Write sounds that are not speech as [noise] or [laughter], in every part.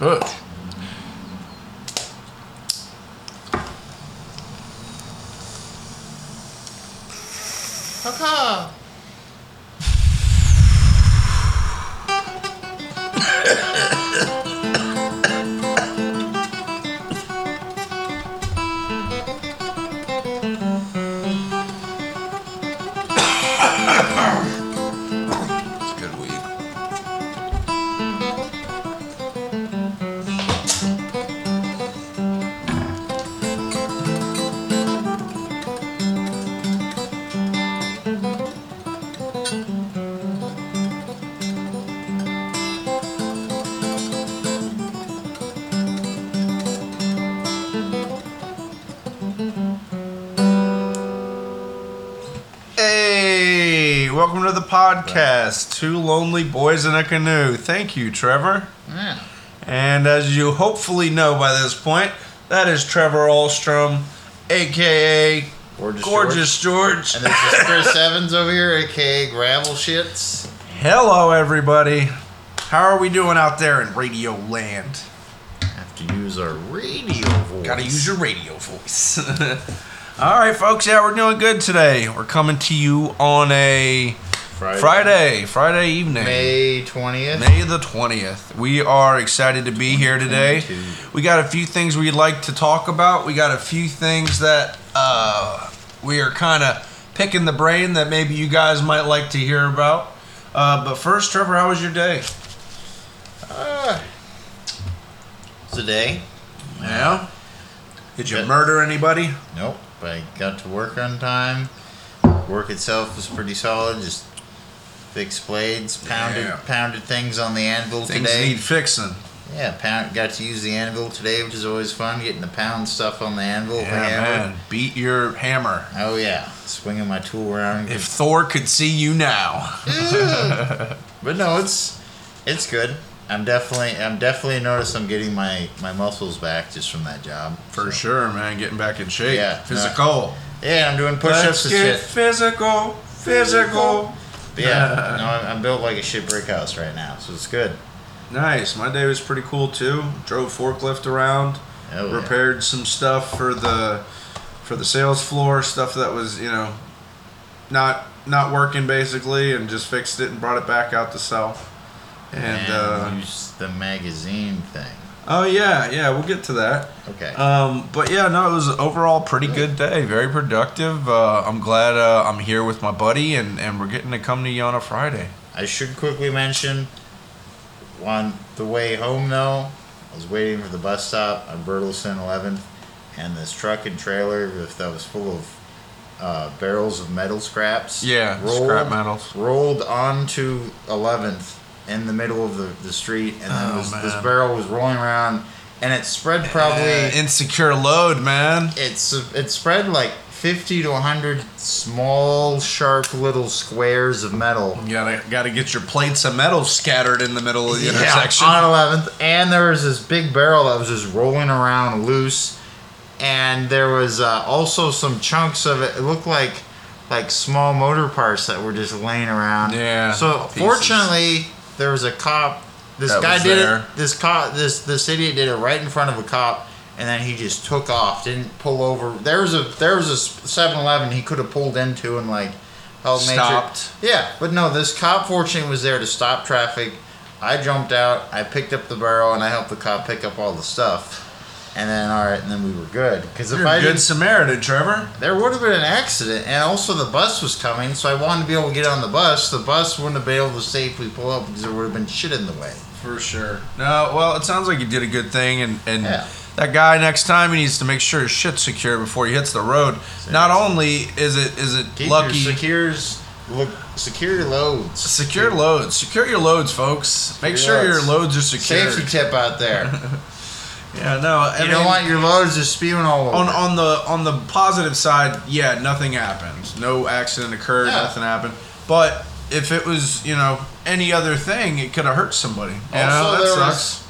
Butch. Kaka. It's good weed. Hey, welcome to the podcast, Two Lonely Boys in a Canoe. Thank you, Trevor. Yeah. And as you hopefully know by this point, that is Trevor Alstrom, aka Gorgeous. Gorgeous George. And this is Chris Evans over here, aka Gravel Shits. Hello, everybody. How are we doing out there in radio land? Have to use our radio voice. Gotta use your radio voice. [laughs] All right, folks. Yeah, we're doing good today. We're coming to you on a Friday, Friday, Friday evening. May twentieth. May the 20th. We are excited to be here today. 2022. We got a few things we'd like to talk about. We got a few things that uh, we are kind of picking the brain that maybe you guys might like to hear about. Uh, but first, Trevor, how was your day? Ah. Today. Yeah. Did you Good. murder anybody? Nope. I got to work on time. Work itself was pretty solid. Just fixed blades, pounded Yeah. pounded things on the anvil Things today. need fixing. Yeah, pound, got to use the anvil today, which is always fun. Getting to pound stuff on the anvil. with Yeah, the hammer. man. Beat your hammer. Oh yeah, swinging my tool around. If Thor could see you now. But no, it's it's good. I'm definitely I'm definitely noticed I'm getting my my muscles back just from that job. For So- sure, man. Getting back in shape. Yeah. Physical. Yeah, I'm doing push-ups Let's and get shit. physical. Physical. [laughs] But yeah, no, I'm, I'm built like a shit brick house right now, so it's good. Nice. My day was pretty cool too. Drove forklift around, Oh, yeah. repaired some stuff for the for the sales floor, stuff that was, you know, not not working basically and just fixed it and brought it back out to sell. And uh, use the magazine thing. oh yeah, yeah, we'll get to that. Okay. Um, but yeah, no, it was an overall pretty good day, very productive. Uh, I'm glad uh, I'm here with my buddy and and we're getting to come to you on a Friday. I should quickly mention on the way home though, I was waiting for the bus stop on Bertelsen 11th, and this truck and trailer with- that was full of uh, barrels of metal scraps. Yeah, scrap metals. Rolled onto 11th in the middle of the, the street, and then Oh, was, this man. barrel was rolling around, and it spread probably Uh, insecure load, man. it's it spread like 50 to 100 small sharp little squares of metal You gotta gotta get your plates of metal scattered in the middle of the intersection. on 11th and there was this big barrel that was just rolling around loose and there was uh, also some chunks of it it looked like like small motor parts that were just laying around Yeah, so pieces. fortunately there was a cop this That guy was did there. it this cop this this idiot did it right in front of a cop and then he just took off didn't pull over there was a there was a 7-eleven he could have pulled into and like held made sure- Stopped. yeah, but no, this cop fortunately was there to stop traffic. I jumped out, I picked up the barrel, and I helped the cop pick up all the stuff. And then, all right, and then we were good. Because if You're I a good didn't, Samaritan, Trevor. there would have been an accident, and also the bus was coming, so I wanted to be able to get on the bus. The bus wouldn't have been able to safely pull up because there would have been shit in the way. For sure. No, well, it sounds like you did a good thing, and and Yeah. that guy next time he needs to make sure his shit's secure before he hits the road. Not only is it is it Keep lucky. your secures, look, secure your loads. Secure loads. Secure your loads, folks. Make Secure sure loads. your loads are secure. Safety tip out there. Yeah, no. I you don't mean, want your loads just spewing all over. on on the on the positive side, yeah, nothing happened. No accident occurred. Yeah. Nothing happened. But if it was, you know, any other thing, it could have hurt somebody. You know, Also, that there was- sucks.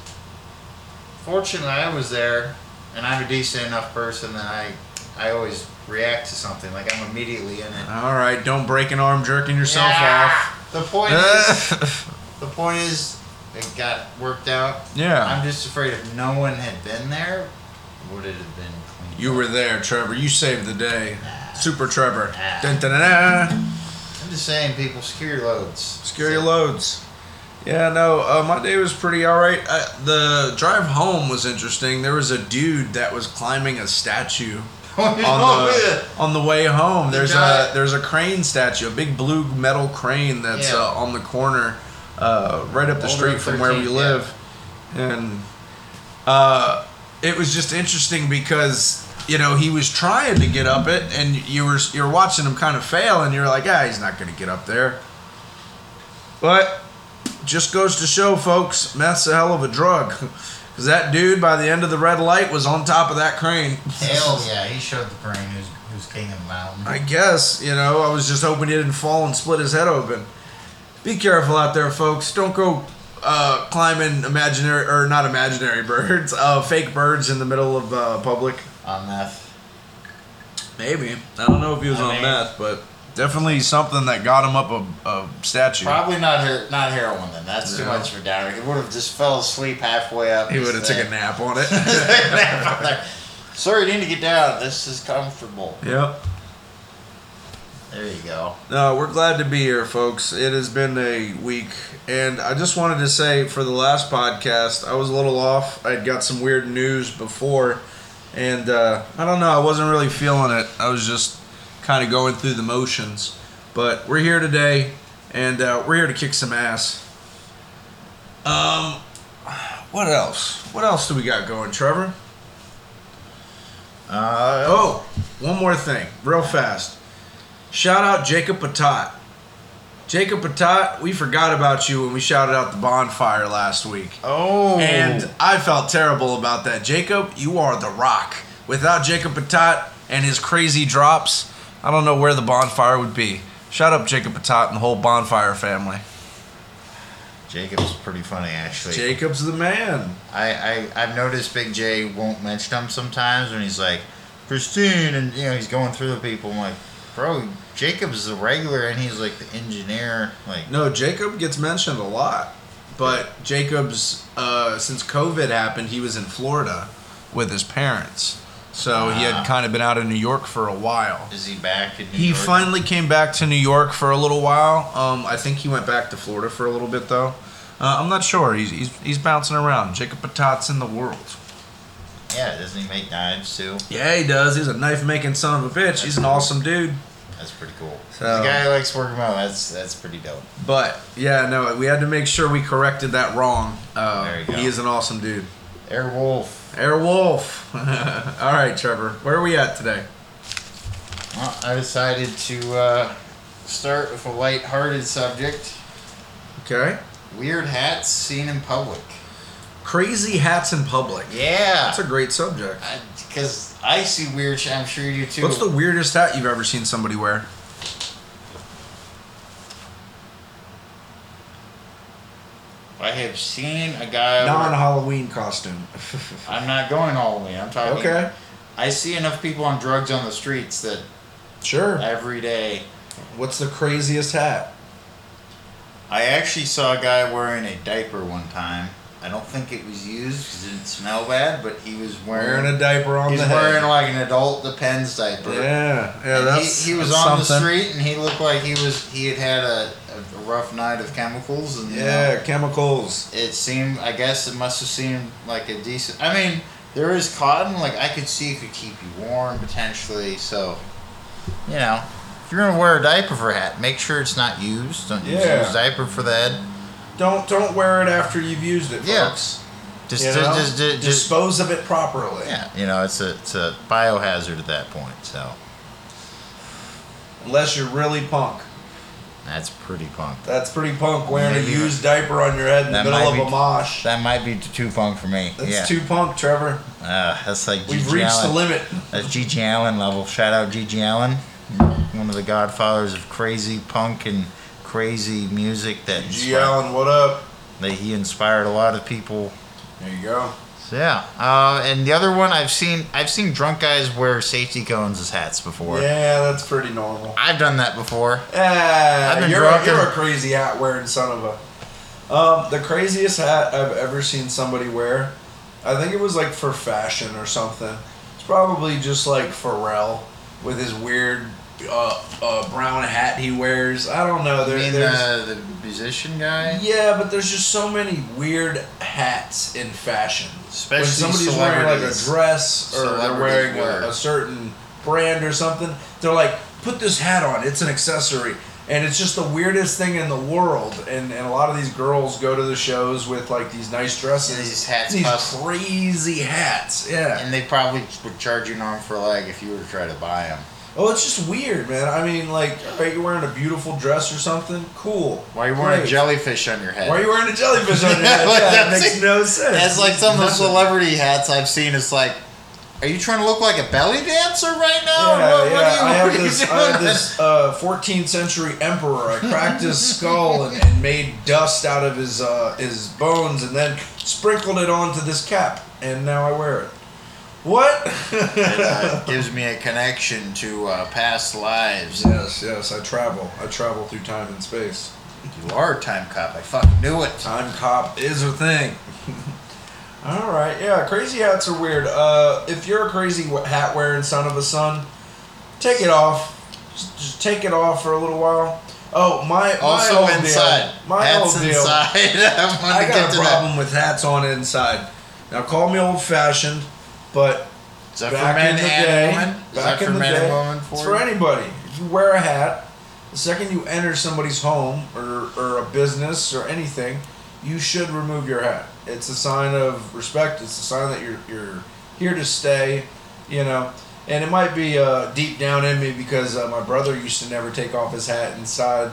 fortunately I was there and I'm a decent enough person that I I always react to something like I'm immediately in it. All right, don't break an arm jerking yourself [laughs] Yeah. The point is off. the point is it got worked out. [laughs] Yeah. I'm just afraid if no one had been there, would it have been clean? You were there, Trevor. You saved the day. Super Trevor. Nah. Dun, dun, dun, dun. I'm just saying, people, secure your loads. Secure your loads. Yeah, no, uh, my day was pretty all right. Uh, the drive home was interesting. There was a dude that was climbing a statue On on [laughs] the, on the way home. There's guy- a there's a crane statue, a big blue metal crane that's Yeah. uh, on the corner, uh, right up the Boulder street from where we 13th, yeah. live, and uh, it was just interesting because you know he was trying to get up it, and you were you're watching him kind of fail, and you're like, ah, he's not going to get up there, but just goes to show, folks, meth's a hell of a drug. [laughs] Because that dude, by the end of the red light, was on top of that crane. [laughs] Hell yeah, he showed the brain who's, who's king of the mountain. I guess, you know, I was just hoping he didn't fall and split his head open. Be careful out there, folks. Don't go uh, climbing imaginary, or not imaginary [laughs] birds, uh, fake birds in the middle of uh, public. on meth. Maybe. I don't know if he was I on mean- meth, but. Definitely something that got him up a, a statue. Probably not her, not heroin then. That's too No. much for Downer. He would have just fell asleep halfway up. He his would have took a thing. nap on it. [laughs] [laughs] Nap on there. Sorry, you need to get down. This is comfortable. yep. There you go. No, we're glad to be here, folks. It has been a week, and I just wanted to say for the last podcast, I was a little off. I'd got some weird news before, and uh, I don't know. I wasn't really feeling it. I was just kind of going through the motions. But we're here today, and uh, we're here to kick some ass. Um, what else? What else do we got going, Trevor? Uh, Oh, one more thing, real fast. Shout out Jacob Patat. Jacob Patat, we forgot about you when we shouted out the bonfire last week. oh. And I felt terrible about that. Jacob, you are the rock. Without Jacob Patat and his crazy drops, I don't know where the bonfire would be. Shout out Jacob Patat and the whole bonfire family. Jacob's pretty funny, actually. Jacob's the man. I, I I've noticed Big J won't mention him sometimes when he's like Christine, and you know he's going through the people. I'm like, bro, Jacob's the regular, and he's like the engineer. Like, No, Jacob gets mentioned a lot, but Jacob's uh, since COVID happened, he was in Florida with his parents, so he Ah. had kind of been out of New York for a while. is he back in New He York? finally came back to New York for a little while. Um, I think he went back to Florida for a little bit though. Uh, I'm not sure. He's, he's he's bouncing around. Jacob Patat's in the world. Yeah, doesn't he make knives too? Yeah, he does. He's a knife making son of a bitch. He's an awesome dude. That's pretty cool. So- the guy who likes working out. That's that's pretty dope. But yeah, no, we had to make sure we corrected that wrong. Uh, There you go. He is an awesome dude. Airwolf. Airwolf. [laughs] All right, Trevor. Where are we at today? Well, I decided to uh, start with a light-hearted subject: Okay. weird hats seen in public. Crazy hats in public. Yeah, That's a great subject. because I, see weird shit. I'm sure you do too. What's the weirdest hat you've ever seen somebody wear? I have seen a guy. where- Halloween [laughs] costume. I'm not going Halloween. I'm talking. okay. I see enough people on drugs on the streets that Sure. every day. What's the craziest hat? I actually saw a guy wearing a diaper one time. I don't think it was used because it didn't smell bad, but he was wearing. Wearing a diaper on he's the wearing head. like an adult Depends diaper. yeah. Yeah, And that's he, he was that's on something. the street and he looked like he was he had had a, a rough night of chemicals and you know, Yeah, chemicals. it seemed i guess it must have seemed like a decent i mean there is cotton like i could see it could keep you warm potentially so you know if you're gonna wear a diaper for a hat make sure it's not used don't use Yeah. used diaper for the head Don't don't wear it after you've used it, Yeah. folks. just You just, know? just, just, just- dispose of it properly. yeah you know it's a it's a biohazard at that point so Unless you're really punk. that's pretty punk That's pretty punk wearing Maybe. a used diaper on your head in the That middle might of be- a mosh. that might be too punk for me That's yeah too punk, Trevor. uh, that's like We've Gigi reached the Allen. limit. That's G.G. Allen level. Shout out G.G. Allen, one of the godfathers of crazy punk and crazy music that, G. inspi- Allen, what up? that he inspired a lot of people. There you go. So yeah, uh, and the other one I've seen I've seen drunk guys wear safety cones as hats before. Yeah, that's pretty normal. I've done that before. Ah, been you're, drunk a, you're and- a crazy hat wearing son of a. Um, the craziest hat I've ever seen somebody wear, I think it was like for fashion or something. It's probably just like Pharrell with his weird uh, uh, brown hat he wears. I don't know. You There, mean there's, uh, the, the musician guy? yeah, but there's just so many weird hats in fashion. Especially when somebody's wearing like a celebrities. dress or they're Celebrities wearing wear. a, a certain brand or something, they're like, put this hat on. It's an accessory. And it's just the weirdest thing in the world. And, and a lot of these girls go to the shows with like these nice dresses. And these hats These cost- crazy hats. Yeah. And they probably would charge you an arm for a leg if you were to try to buy them. Oh, it's just weird, man. I mean, like, are you wearing a beautiful dress or something? Cool. Why are you wearing Great. a jellyfish on your head? Why are you wearing a jellyfish [laughs] on your head? Like, Yeah, it that's- makes no sense. That's like some of the Nothing. celebrity hats I've seen. It's like, are you trying to look like a belly dancer right now? Yeah, Oh, what, what yeah. I have are you, [laughs] what are you this, I doing? have this uh, 14th century emperor. I cracked [laughs] his skull and, and made dust out of his uh, his bones, and then sprinkled it onto this cap, and now I wear it. What? [laughs] It uh, gives me a connection to uh, past lives. yes, yes. I travel. I travel through time and space. You are a time cop. I fucking knew it. Time cop is a thing. [laughs] All right, yeah, crazy hats are weird. Uh, if you're a crazy wa- hat wearing son of a son, take it off. Just, just take it off for a little while. Oh, my, my Also old deal- inside. my Hats old deal. inside. [laughs] I wanted I to get got a to that. problem with hats on inside. Now call me old fashioned, but Is that back for men in the and day, women? Is back that for in the men day, and women? it's for anybody. If you wear a hat, the second you enter somebody's home or, or a business or anything, you should remove your hat. It's a sign of respect. It's a sign that you're you're here to stay, you know. And it might be uh, deep down in me because uh, my brother used to never take off his hat inside,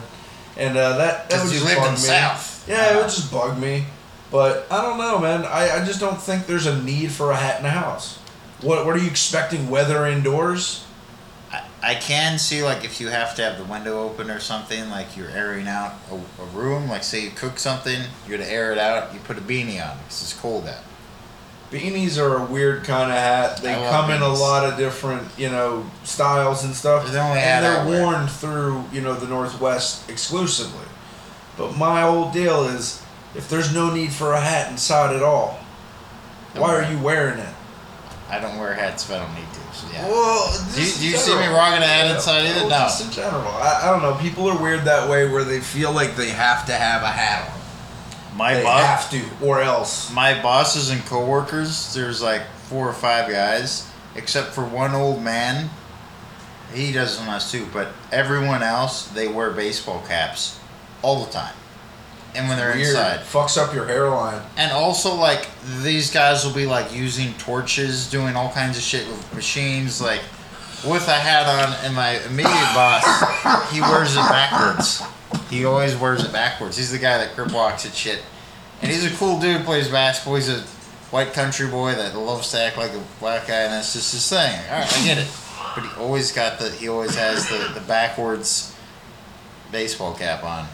and uh, that that would Because you just lived bug in me. South. Yeah, it would just bug me. But I don't know, man. I, I just don't think there's a need for a hat in the house. What what are you expecting? Weather indoors? I, I can see like if you have to have the window open or something, like you're airing out a, a room. Like say you cook something, you're to air it out. You put a beanie on because it's cold out. Beanies are a weird kind of hat. They I love come in a beanies. lot of different, you know, styles and stuff. They're the only hat and I they're wear. worn through, you know, the Northwest exclusively. But my old deal is if there's no need for a hat inside at all, why are you wearing it? I don't wear hats if I don't need to. So yeah. Well, Do you- just do you in see me general. rocking a hat inside either? Well, No. Just in general, I, I don't know. People are weird that way, where they feel like they have to have a hat on. my They boss, have to, or else. my bosses and coworkers, there's like four or five guys, except for one old man. He does on us too, but everyone else they wear baseball caps all the time, and when they're Weird. inside. Fucks up your hairline. And also, like these guys will be like using torches, doing all kinds of shit with machines, like with a hat on. And my immediate boss, he wears it backwards. He always wears it backwards. He's the guy that crip walks and shit. And he's a cool dude, plays basketball. He's a white country boy that loves to act like a black guy, and that's just his thing. All right, I get it. But he always got the he always has the, the backwards baseball cap on.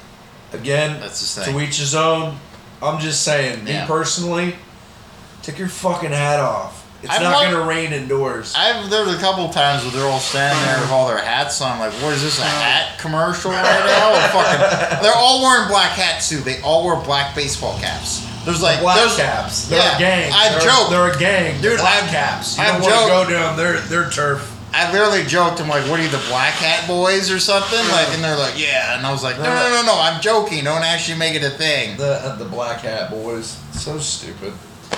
Again, That's his to thing. each his own. I'm just saying, me Yeah. personally, take your fucking hat off. It's I not want- gonna rain indoors. I've there was a couple times where they're all standing there with all their hats on, like, what is this a hat commercial right [laughs] now? Or fucking, they're all wearing black hats too. They all wear black baseball caps. There's like Black there's, caps. They're yeah, a gang. I they're, joked. They're a gang. Dude, black I- caps. You I don't want to go joked. down their their turf. I literally joked. I'm like, what are you, the black hat boys or something? Like, and they're like, yeah. And I was like, no, no, no, no. I'm joking. Don't actually make it a thing. The the black hat boys. So stupid.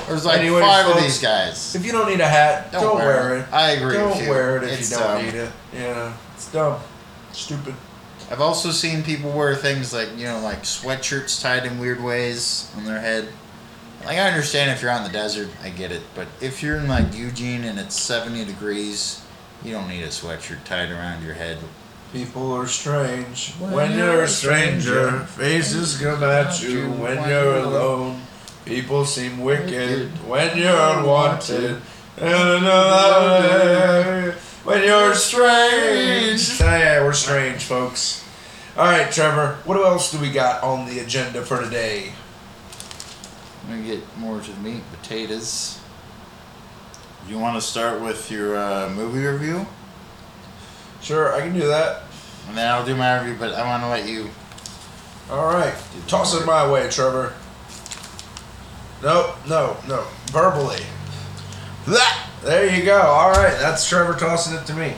There's like Anyway, five folks, of these guys. If you don't need a hat, don't, Don't wear, wear it. it. I agree Don't with you. wear it if It's you um, don't dumb. need it. Yeah, it's dumb, stupid. I've also seen people wear things like you know, like sweatshirts tied in weird ways on their head. Like I understand if you're out in the desert, I get it, but if you're in like Eugene and it's seventy degrees, you don't need a sweatshirt tied around your head. People are strange. When, you're a stranger, faces come at you. When, you're alone, people seem wicked. When you're unwanted, when you're strange. Yeah, we're strange, folks. All right, Trevor. What else do we got on the agenda for today? I'm gonna get more to the meat, potatoes. You want to start with your uh, movie review, Sure, I can do that. and then I'll do my review. But I want to let you All right. Toss it my way, Trevor. No, no, no. Verbally. That. There you go. All right. That's Trevor tossing it to me.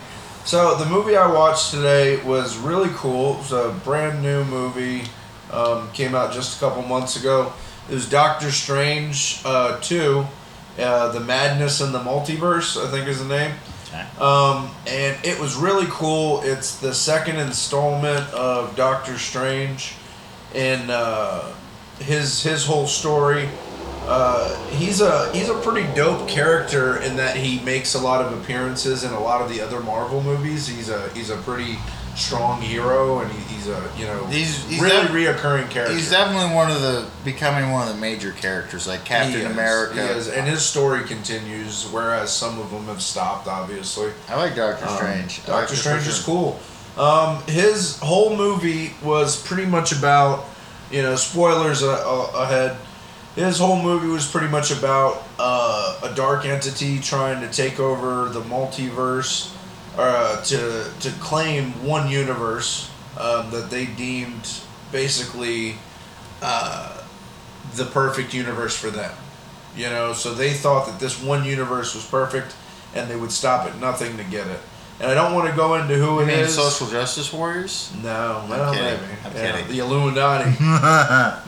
So the movie I watched today was really cool. It was a brand new movie. Um, came out just a couple months ago. It was Doctor Strange uh, 2, uh, The Madness in the Multiverse, I think is the name. Okay. Um, and it was really cool. It's the second installment of Doctor Strange and uh, his his whole story. Uh, he's a he's a pretty dope character in that he makes a lot of appearances in a lot of the other Marvel movies. He's a he's a pretty strong hero, and he, he's a you know He's- he's really def- reoccurring character. He's definitely one of the becoming one of the major characters, like Captain He is, America. he is, and his story continues, whereas some of them have stopped, obviously. I like Doctor Um, Strange. I like Doctor Strange is Strange. cool. Um, his whole movie was pretty much about, you know, spoilers a- a- ahead. His whole movie was pretty much about uh, a dark entity trying to take over the multiverse, uh, to to claim one universe um, that they deemed basically uh, the perfect universe for them. You know, so they thought that this one universe was perfect, and they would stop at nothing to get it. And I don't want to go into who I it mean, is. social justice warriors. No, well, kidding. maybe. I'm Yeah, kidding. The [laughs] Illuminati.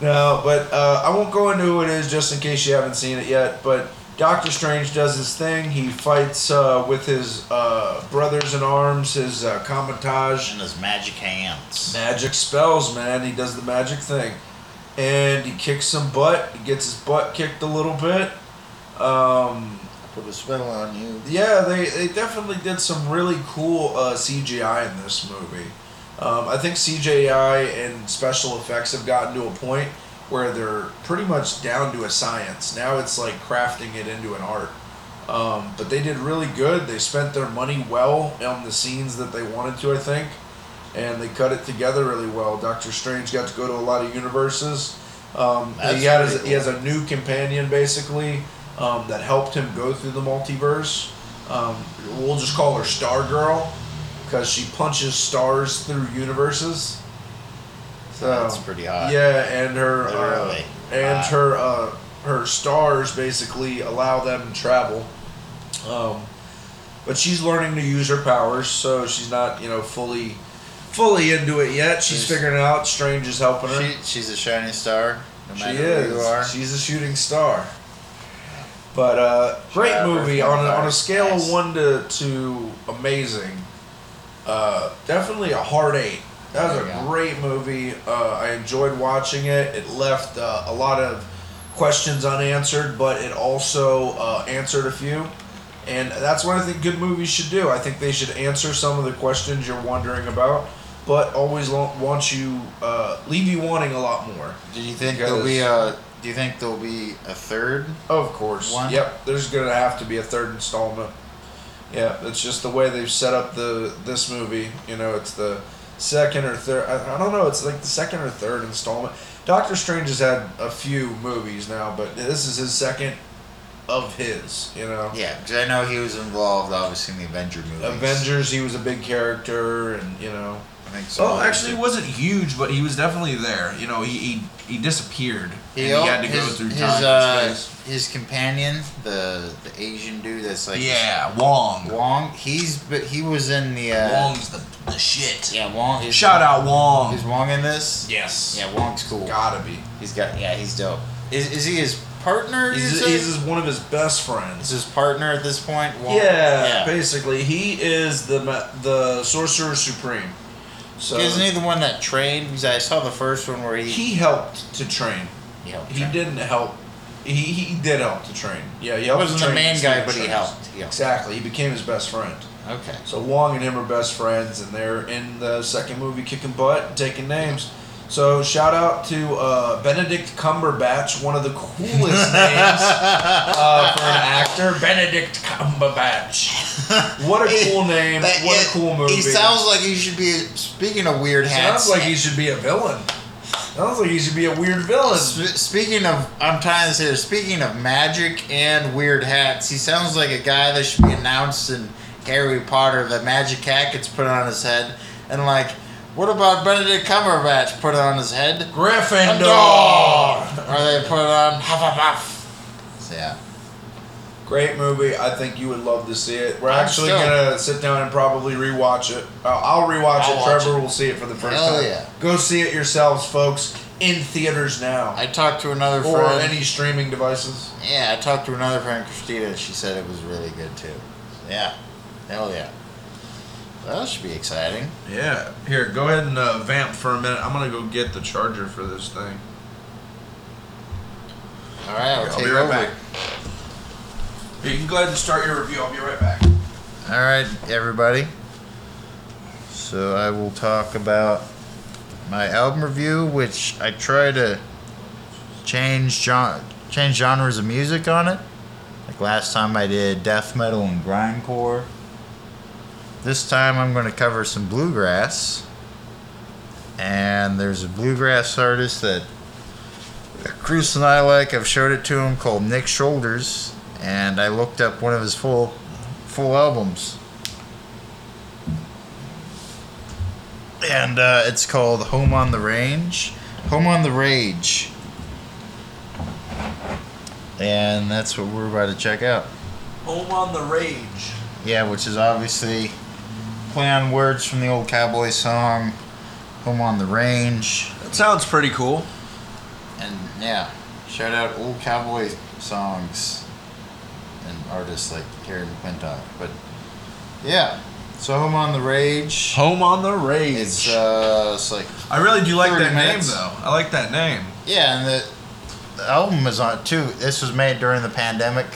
no, but uh, I won't go into who it is just in case you haven't seen it yet. But Doctor Strange does his thing. He fights uh, with his uh, brothers in arms, his uh, comitatus, and his magic hands. magic spells, man. He does the magic thing, and he kicks some butt. He gets his butt kicked a little bit. Um, Put a spell on you. yeah, they, they definitely did some really cool uh, CGI in this movie. Um, I think CGI and special effects have gotten to a point where they're pretty much down to a science. Now it's like crafting it into an art. Um, but they did really good. They spent their money well on the scenes that they wanted to, I think. And they cut it together really well. Doctor Strange got to go to a lot of universes. Um, That's he, had his, pretty he has a new companion, basically, um, that helped him go through the multiverse. Um, we'll just call her Star Girl because she punches stars through universes. So That's pretty hot. yeah, and her uh, Literally. and Hot. her uh, her stars basically allow them to travel. Um, but she's learning to use her powers, so she's not you know fully fully into it yet. She's, She's- figuring it out. Strange is helping her. She, she's a shining star. No She matter is. who you are. She's a shooting star. But uh, great out movie Earth, on a, Fire. on a scale Nice. of one to to amazing. Uh, definitely a hard eight. That was There you a go. great movie. Uh, I enjoyed watching it. It left uh, a lot of questions unanswered, but it also uh, answered a few. And that's what I think good movies should do. I think they should answer some of the questions you're wondering about, but always lo- want you uh, leave you wanting a lot more. Do you think there'll be a? Do you think there'll be a third? Of course. One? Yep. There's gonna have to be a third installment. Yeah, it's just the way they've set up the this movie. You know, it's the second or third. I, I don't know. It's like the second or third installment. Doctor Strange has had a few movies now, but this is his second of his. You know, Yeah, because I know he was involved, obviously, in the Avenger movies. Avengers. He was a big character, and you know, I think so. Oh, He actually, it wasn't huge, but he was definitely there. You know, he he, he disappeared. and he al- had to go his- through his, time. and uh, space. his companion, the the Asian dude that's like yeah, Wong. Wong. He's but he was in the uh, Wong's the, the shit. Yeah, Wong. Is, Shout out Wong. Is Wong in this? Yes. Yeah, Wong's cool. Gotta be. He's got. Yeah, he's dope. Is, is he his partner? you He's, say? he's his- one of his best Is friends. his partner at this point? Wong? Yeah, yeah. basically, he is the ma- the sorcerer supreme. So Isn't he the one that trained? 'Cause I saw the first one where he. he helped to train. he helped He train. didn't help. He, he did help to train. Yeah, he helped. wasn't to the train main Stephen guy, but he Strange. helped. He helped. Exactly, he became his best friend. Okay. So Wong and him are best friends, and they're in the second movie kicking butt and taking names. So shout out to uh, Benedict Cumberbatch, one of the coolest names [laughs] uh, for an actor. Benedict Cumberbatch. What a cool name! That- What it- a cool movie! He sounds like he should be. Speaking of weird hats. Sounds like he should be a villain. Sounds like he should be a weird villain. sp- Speaking of, I'm trying to say this. Speaking of magic and weird hats, he sounds like a guy that should be announced in Harry Potter. The magic hat gets put on his head, and like, What about Benedict Cumberbatch put it on his head? Gryffindor. uh, Or they put it on Hufflepuff? So, yeah. Great movie. I think you would love to see it. We're I'm actually still- gonna sit down and probably rewatch it. Uh, I'll rewatch I'll it. watch Trevor it. will see it for the first Hell time. yeah. Go see it yourselves, folks, in theaters now I talked to another or friend. any streaming devices. yeah, I talked to another friend, Christina, and she said it was really good too. So, yeah. Hell yeah. Well, that should be exciting. Yeah. Here, go ahead and uh, vamp for a minute. I'm gonna go get the charger for this thing. All right, I'll, I'll take be right over. back. You can go ahead and start your review. I'll be right back. All right, everybody. So I will talk about my album review, which I try to change gen- change genres of music on it. Like last time, I did death metal and grindcore. This time, I'm going to cover some bluegrass. And there's a bluegrass artist that Cruz and I like. I've showed it to him called Nick Shoulders, and I looked up one of his full full albums. And uh, it's called Home on the Range. Home on the Rage. And that's what we're about to check out. Home on the Rage. Yeah, which is obviously play on words from the old cowboy song, Home on the Range. That sounds pretty cool. And yeah, shout out old cowboy songs and artists like Terry McClintock. But yeah, so Home on the Rage. Home on the Rage. It's uh, it's like I really do like 30 that minutes. name though. I like that name. yeah, and the, the album is on it too. This was made during the pandemic.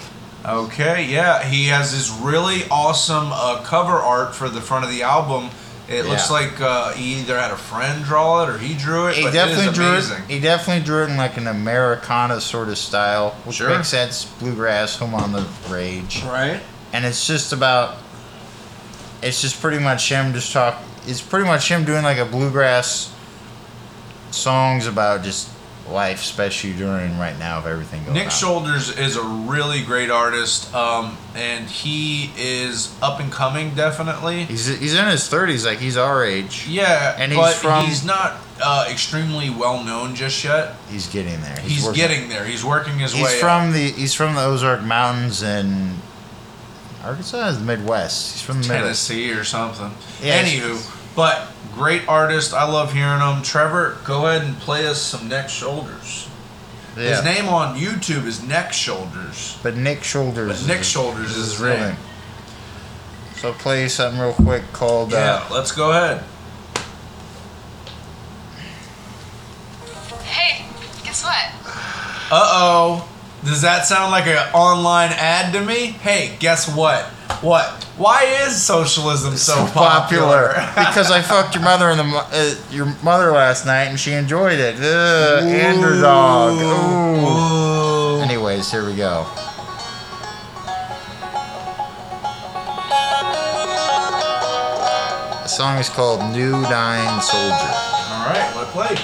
Okay, yeah, he has this really awesome uh, cover art for the front of the album. It looks Yeah. like uh, he either had a friend draw it or he drew it. He but definitely it is drew amazing. it. He definitely drew it in like an Americana sort of style, which Sure. makes sense. Bluegrass, Home on the Rage. Right? and it's just about it's just pretty much him just talk it's pretty much him doing like a bluegrass songs about just life especially during right now of everything going Nick on. Shoulders is a really great artist, um, and he is up and coming, definitely. he's he's in his 30s like he's our age Yeah, And he's but from- he's not uh, extremely well known just yet. he's getting there He's, working- getting there. He's working his he's way. up. from the he's from the Ozark Mountains in Arkansas is the Midwest he's from the Midwest Tennessee or something. Yeah, it's- Anywho, but great artist. I love hearing him. Trevor, go ahead and play us some Neck Shoulders. His name on YouTube is Neck Shoulders. but Nick Shoulders But Nick is- Shoulders is his name. so play something real quick called uh, Yeah, let's go ahead. Hey, guess what? Uh oh. Does that sound like an online ad to me? Hey, guess what? What? Why is socialism so, popular? [laughs] because I fucked your mother in the mo- uh, your mother last night and she enjoyed it. Ugh, underdog. Ooh. Ooh. Anyways, here we go. The song is called "New Dying Soldier." All right, let play.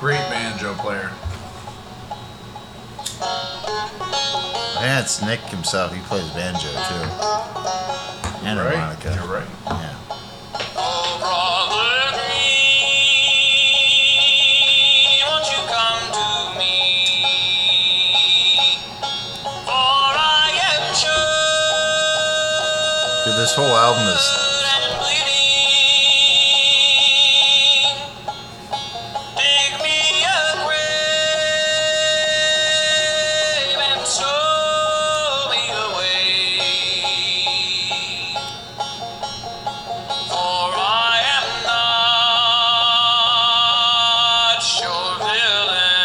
Great banjo player. And it's Nick himself. He plays banjo too, and right? harmonica. You're right. Yeah. Oh, brother me, won't you come to me? For I am sure Dude, this whole album is. and bleeding. Dig me a grave and stow me away. For I am not your villain.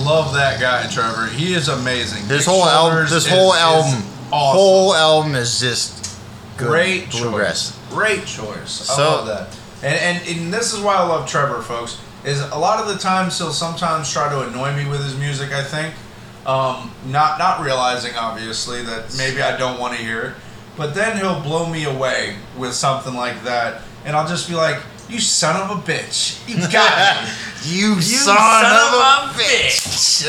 love that guy, Trevor. He is amazing. This Dick whole album, Shoulders this is- whole is album, awesome. whole album is just good Great bluegrass. choice. Great choice. I So- love that. And, and and this is why I love Trevor, folks. Is a lot of the times he'll sometimes try to annoy me with his music. I think, um, not not realizing obviously that maybe I don't want to hear it, but then he'll blow me away with something like that, and I'll just be like, "You son of a bitch! You [laughs] [laughs] got me." You, You son, of, a bitch!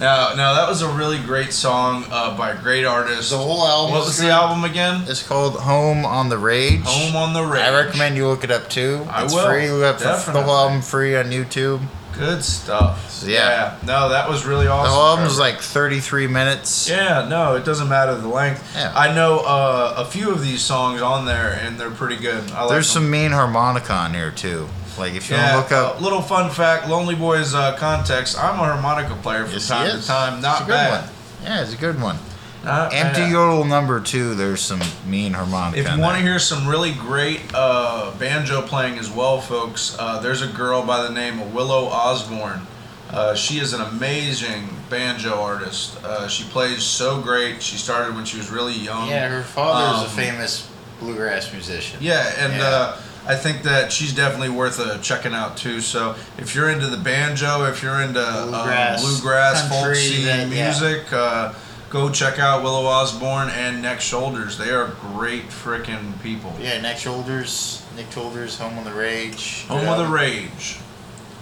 no, no, that was a really great song uh, by a great artist. [laughs] The whole album. what is was good. the album again? It's called Home on the Rage. Home on the Rage. I recommend you look it up too. I it's will, free. We have the definitely. whole album free on YouTube. Good stuff. Yeah. No, that was really The awesome. whole album's Trevor. like 33 minutes. Yeah, no, it doesn't matter the length. Yeah. I know uh, a few of these songs on there, and they're pretty good. I like There's them. some mean harmonica on here too. Like if you Yeah, want to look uh, up, little fun fact, Lonely Boys uh, context. I'm a harmonica player from yes, he time is. to time. Not it's a good bad. one. Yeah, it's a good one. Not Empty bad. Yodel number two. There's some mean harmonica. If in you want to there. hear some really great uh, banjo playing as well, folks, uh, there's a girl by the name of Willow Osborne. Uh, she is an amazing banjo artist. Uh, she plays so great. She started when she was really young. her father's a um, famous bluegrass musician. Yeah, and Yeah. Uh, I think that she's definitely worth uh, checking out too. So if you're into the banjo, if you're into bluegrass, Bluegrass, uh, bluegrass country, folksy that- yeah. music, uh, go check out Willow Osborne and Neck Shoulders. They are great freaking people. Yeah, Nick Shoulders, Nick Shoulders, Home on the Rage. Home of the Rage.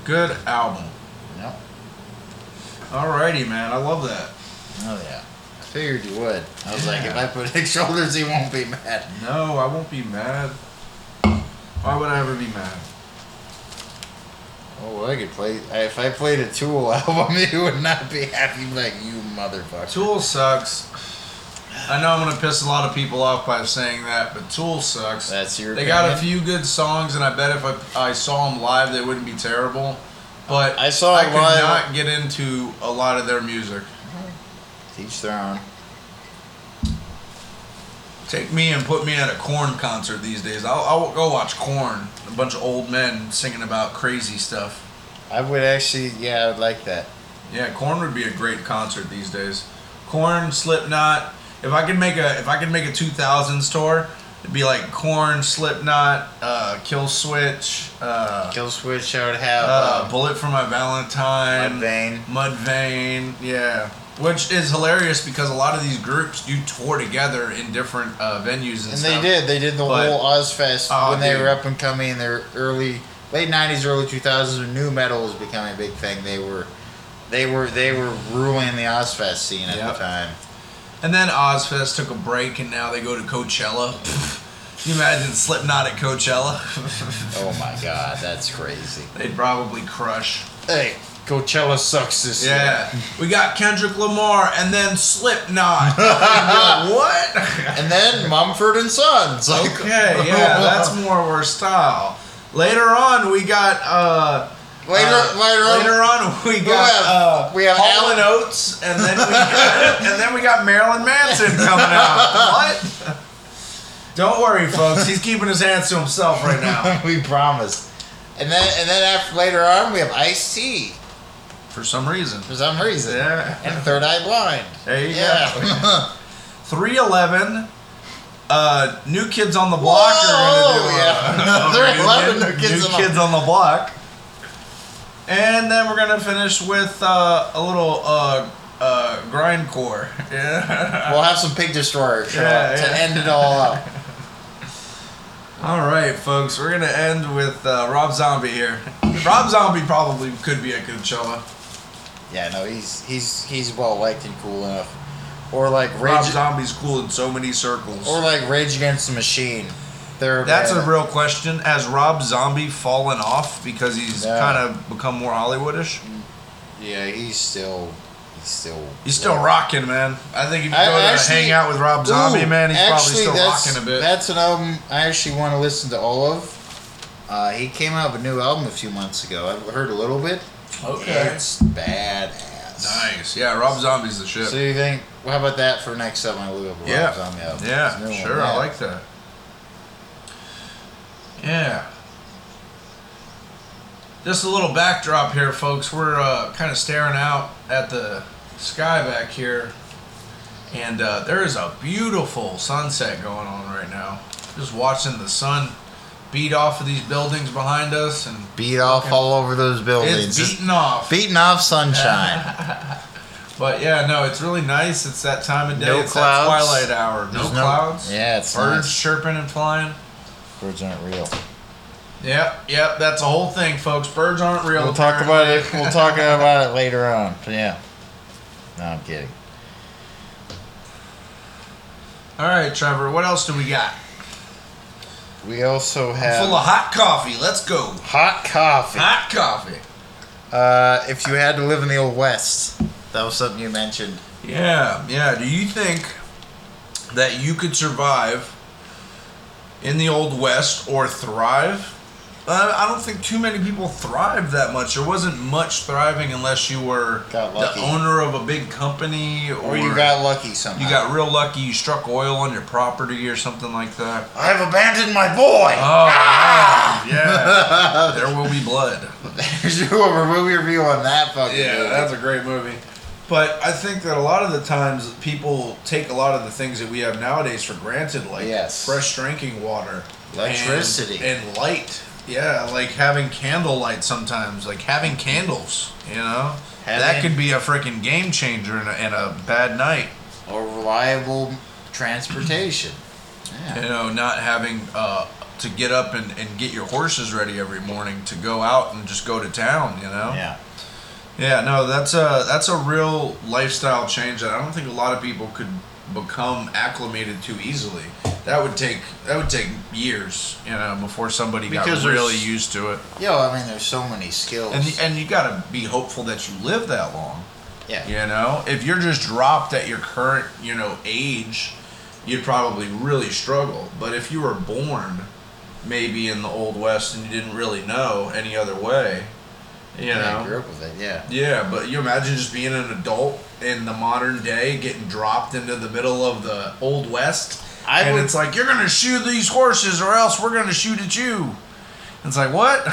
Good album. Yep. Alrighty, man. I love that. Oh yeah. I figured you would. I was like, if I put [laughs] Nick Shoulders, he won't be mad. No, I won't be mad. Why would I ever be mad? Oh, I could play. If I played a Tool [laughs] album, he would not be happy. He'd be Like you, motherfucker. Tool sucks. I know I'm gonna piss a lot of people off by saying that, but Tool sucks. That's your. They got a opinion? few good songs, and I bet if I, I saw them live, they wouldn't be terrible. But I saw I it could live. not get into a lot of their music. Each their own. Take me and put me at a corn concert these days. I'll, I'll go watch corn. A bunch of old men singing about crazy stuff. I would actually. Yeah, I would like that. Yeah, corn would be a great concert these days. Corn, Slipknot. If I could make a if I could make a 2000s tour, it'd be like corn, Slipknot, uh, Kill Switch, uh, Kill Switch. I would have. uh, Uh, Bullet for My Valentine, Mudvayne. Mudvayne, yeah. Which is hilarious because a lot of these groups do tour together in different uh, venues and, And stuff. they did. They did the But- whole Ozfest Oh, when they dude. were up and coming in their early late '90s, early 2000s. When new metal was becoming a big thing, they were, they were, they were ruling the Ozfest scene at Yep. the time. And then Ozfest took a break, and now they go to Coachella. [laughs] Can you imagine Slipknot at Coachella? [laughs] Oh my God, that's crazy. They'd probably crush. Hey, Coachella sucks this year. Yeah, we got Kendrick Lamar, and then [laughs] Slipknot. what? And then Mumford and Sons. [laughs] okay, yeah, that's more our style. Later on, we got. uh later. Uh, later. on- [laughs] later on, we got have- uh, we have Hall Al- and Oates, and then we [laughs] got, and then we got Marilyn Manson coming out. What? Don't worry, folks. He's keeping his hands to himself right now. we promise. And then and then after later on we have Ice T For some reason. for some reason. Yeah. And Third Eye Blind. There you go. Yeah. [laughs] Three eleven. Uh, new kids on the block are gonna do. a- [laughs] Whoa, yeah. [laughs] a 311, reunion. New Kids New on the- Kids on the block. And then we're gonna finish with uh, a little uh, uh, grindcore. [laughs] Yeah. we'll have some Pig Destroyer show up Yeah, yeah. to end it [laughs] all up. All right, folks, we're gonna end with uh, Rob Zombie here. Rob Zombie probably could be at Coachella. Yeah, no, he's he's he's well liked and cool enough. Or like Rob Rage Zombie's cool in so many circles. or like Rage Against the Machine. They're That's band- a real question. Has Rob Zombie fallen off because he's No. kind of become more Hollywoodish? Yeah, he's still he's still He's still rocking, man. I think if you go I- there and actually- hang out with Rob Zombie, Ooh, man, he's probably still that's- rocking a bit. That's an album I actually want to listen to all of. Uh, he came out with a new album a few months ago. I've heard a little bit. It's badass. Nice. Yeah, Rob Zombie's the shit. So you think, well, how about that for next time I look up Yeah. Rob Zombie album? It's a Yeah, new one, sure. I yeah. like that. Yeah. Just a little backdrop here, folks. We're uh, kind of staring out at the sky back here, and uh, there is a beautiful sunset going on right now. Just watching the sun beat off of these buildings behind us, and Beat off all over those buildings. it's beating off. Just beating [laughs] off sunshine. But yeah, no, it's really nice. It's that time of day. No it's clouds. that twilight hour. No There's no- clouds. Yeah, it's birds nice. chirping and flying. Birds aren't real. Yep, yep. That's a whole thing, folks. Birds aren't real. We'll talk about it. apparently. [laughs] We'll talk about it later on. But yeah. No, I'm kidding. All right, Trevor. What else do we got? We also have Full of hot coffee. Let's go. hot coffee. Hot coffee. Uh, if you had to live in the old west, that was something you mentioned. Yeah, yeah. Do you think that you could survive in the old west or thrive? Uh, I don't think too many people thrived that much. There wasn't much thriving unless you were Got the lucky. owner of a big company or, Or you got lucky somehow. you got real lucky. You struck oil on your property or something like that. [laughs] I've abandoned my boy. Oh yeah, yeah. there will be blood. [laughs] There's your movie review on that fucking. movie. a great movie. But I think that a lot of the times people take a lot of the things that we have nowadays for granted, like Yes. fresh drinking water, Electricity. and, and light. Yeah, like having candlelight sometimes, like having candles. You know, that Having- could be a freaking game changer and a, and a bad night. or reliable transportation. Yeah. you know, not having uh, to get up and, and get your horses ready every morning to go out and just go to town, you know? Yeah. Yeah, no, that's a that's a real lifestyle change that I don't think a lot of people could become acclimated to easily. That would take that would take years, you know, before somebody Because got there's- really used to it. Yo, I mean, there's so many skills. And and you got to be hopeful that you live that long. yeah. You know, if you're just dropped at your current, you know, age, you'd probably really struggle. But if you were born maybe in the old west and you didn't really know any other way, you Yeah, I know. grew up with it. Yeah. Yeah, but you imagine just being an adult in the modern day, getting dropped into the middle of the old west, I and would- it's like you're gonna shoot these horses, or else we're gonna shoot at you. It's like [laughs] what?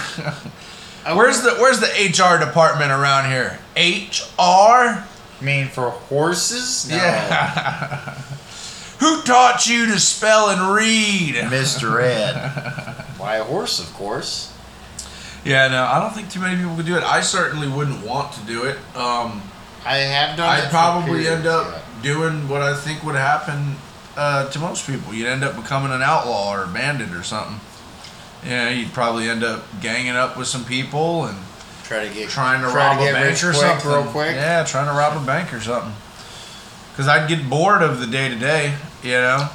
where's the Where's the HR department around here? HR? I mean, for horses? No. [laughs] Yeah. [laughs] Who taught you to spell and read? [laughs] Mr. Ed. Why a horse, of course. Yeah, no, I don't think too many people could do it. I certainly wouldn't want to do it. Um, I have done. I'd that for probably periods, end up doing what I think would happen uh, to most people. You'd end up becoming an outlaw or a bandit or something. Yeah, you'd probably end up ganging up with some people and yeah. Try to get trying to try rob get a rich bank or quick, something. real quick. Yeah, trying to rob a bank or something. Because I'd get bored of the day to day, you know,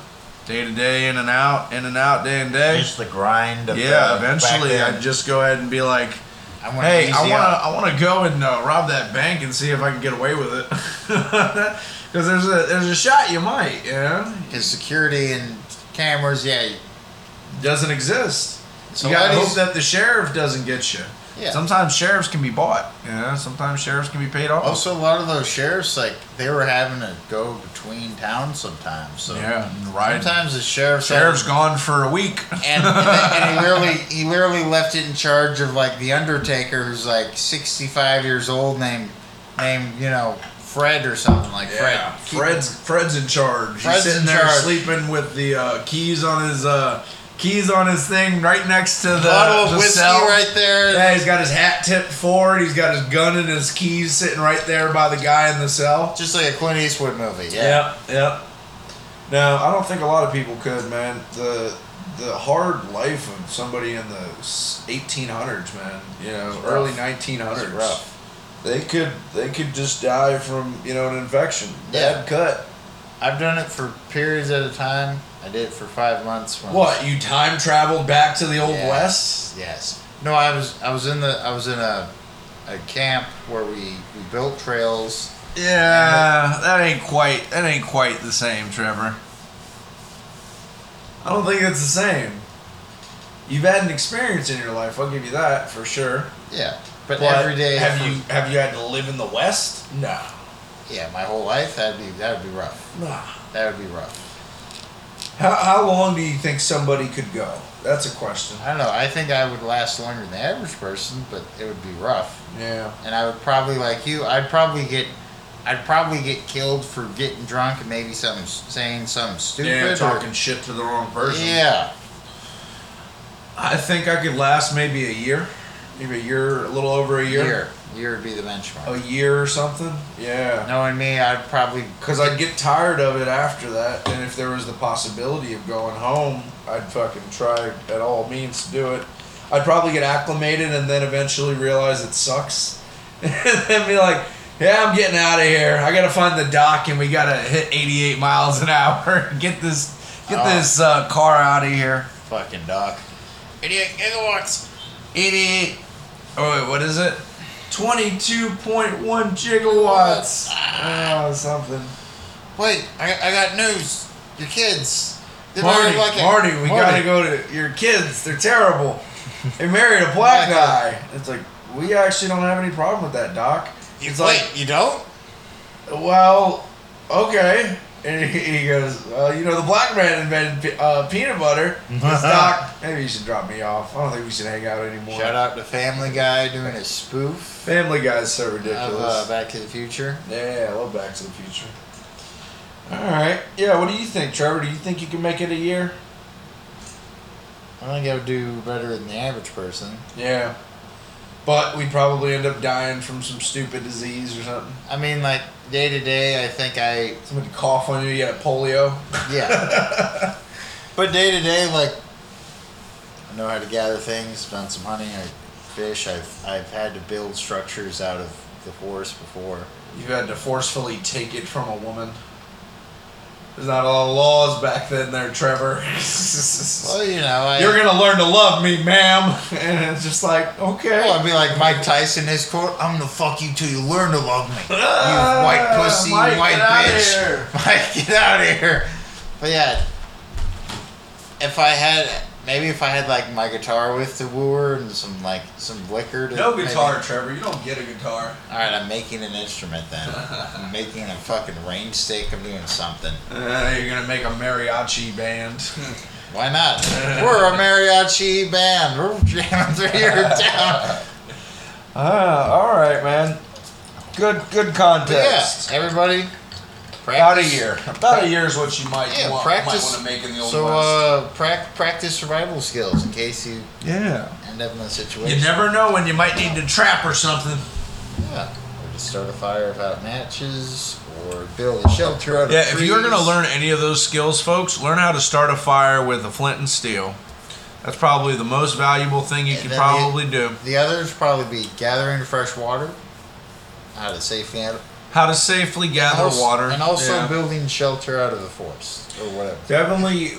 day to day, in and out, in and out, day and day. Just the grind. Of Yeah, the- eventually back then. I'd just go ahead and be like, I want Hey, I easy want out. to I want to go and uh, rob that bank and see if I can get away with it. [laughs] Because there's a there's a shot you might, you know, His security and cameras, yeah. doesn't exist. So you gotta what is- hope that the sheriff doesn't get you. Yeah. Sometimes sheriffs can be bought. You know, sometimes sheriffs can be paid off. Also, a lot of those sheriffs, like, they were having to go between towns sometimes. So yeah, and ride. sometimes the sheriff's Sheriff's gone for a week. and, and, and he literally he literally left it in charge of like the Undertaker, who's like sixty five years old, named named you know Fred or something like [laughs] Yeah, Fred. Keep- Fred's Fred's in charge. Fred's He's sitting in there charge. sleeping with the uh, keys on his uh, keys on his thing right next to the bottle of the whiskey cell. right there. Yeah, he's got his hat tipped forward. He's got his gun and his keys sitting right there by the guy in the cell. Just like a Clint Eastwood movie. Yep, Yeah. yep. No, I don't think a lot of people could, man. The the hard life of somebody in the s- 1800s, man. You know, rough. early It's 1900s. rough. They could they could just die from you know an infection, Yeah. bad cut. I've done it for periods at a time. I did it for five months. When What you time traveled back to the old Yes, west? Yes. No, I was I was in the I was in a a camp where we we built trails. Yeah, that ain't quite that ain't quite the same, Trevor. I don't think it's the same. You've had an experience in your life, I'll give you that for sure. Yeah. But, But every day have for- you have you had to live in the West? No, Yeah, my whole life that'd be that'd be rough. no. That would be rough. How, how long do you think somebody could go? That's a question. I don't know. I think I would last longer than the average person, but it would be rough. Yeah. And I would probably like you. I'd probably get, I'd probably get killed for getting drunk and maybe something saying something stupid. Yeah, or- talking shit to the wrong person. Yeah. I think I could last maybe a year, maybe a year, a little over a year, Year. Year would be the benchmark. a year or something. Yeah. Knowing me, I'd probably Because I'd get tired of it after that, and if there was the possibility of going home, I'd fucking try at all means to do it. I'd probably get acclimated and then eventually realize it sucks. [laughs] and then be like, yeah, I'm getting out of here. I gotta find the dock and we gotta hit 88 miles an hour and get this, get Oh. this uh, car out of here. fucking doc. 88 gigawatts. 88. Oh, wait, what is it? 22.1 gigawatts. Oh, something. Wait, I, I got news. Your kids. They Marty, married like a- Marty, we gotta go to your kids. They're terrible. They married a black Black guy. It's like we actually don't have any problem with that, Doc. You, it's wait, like- you don't? Well, okay. And he he goes, well, you know, the black man invented pe- uh, peanut butter. [laughs] Goes, Doc, maybe you should drop me off. I don't think we should hang out anymore. Shout out to Family Guy doing a spoof Family Guy's so of ridiculous. uh, Back to the Future. yeah, I love Back to the Future. All right. Yeah. What do you think, Trevor? Do you think you can make it a year? I think I would do better than the average person. Yeah. But we'd probably end up dying from some stupid disease or something. I mean, like day to day, I think I Somebody cough on you, you got polio. yeah. but day to day, like I know how to gather things. Done some hunting. I fish. I've I've had to build structures out of the forest before. You've had to forcefully take it from a woman. There's not a lot of laws back then there, Trevor. [laughs] Well, you know, I, You're gonna learn to love me, ma'am. [laughs] And it's just like, okay. Well, I'd be like Mike Tyson. His quote: "I'm gonna fuck you till you learn to love me." You Ah, white pussy, you Mike, white get outta bitch. here. [laughs] Mike, get out of here. But yeah, if I had maybe if I had like my guitar with the wooer and some like some liquor. To No maybe- guitar, Trevor. You don't get a guitar. all right, I'm making an instrument [laughs] then. I'm making a fucking rain stick. I'm doing something. Uh, you're gonna make a mariachi band. [laughs] Why not? We're a mariachi band. We're jamming [laughs] through your town. Ah, all right, man. Good, good But yeah, contest. everybody. About a practice. year. [laughs] About a year is what you might Yeah, want, practice. might want to make in the old so, west. uh, prac- practice survival skills in case you yeah. end up in a situation. You never know when you might need to trap or something. Yeah. Or to start a fire without matches, or build a shelter out of Yeah, if you're trees. going to learn any of those skills, folks, learn how to start a fire with a flint and steel. That's probably the most valuable thing you And could then probably do. The others probably be gathering fresh water, how to safely out How to safely gather also- water. and also Yeah. building shelter out of the forest or whatever. Definitely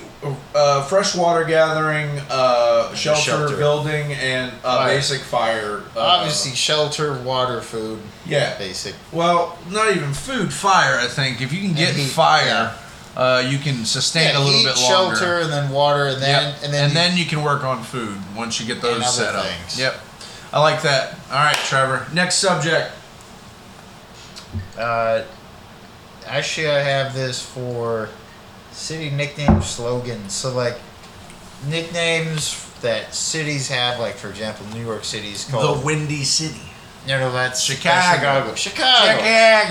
uh, freshwater gathering, uh, shelter, shelter. building, and uh, Fire. basic fire. Uh, Obviously, shelter, water, food, Yeah. basic. Well, not even food, fire, I think. If you can get And heat, fire, uh, you can sustain Yeah, a little heat, bit longer. shelter, and then water, and then Yep. and then you you- can work on food once you get And those other set up. things. Yep. I like that. All right, Trevor. Next subject. Uh, actually, I have this for city nickname slogans. So, like, nicknames that cities have, like, for example, New York City's called. Windy City. no, no, that's Chicago. Chicago. Chicago.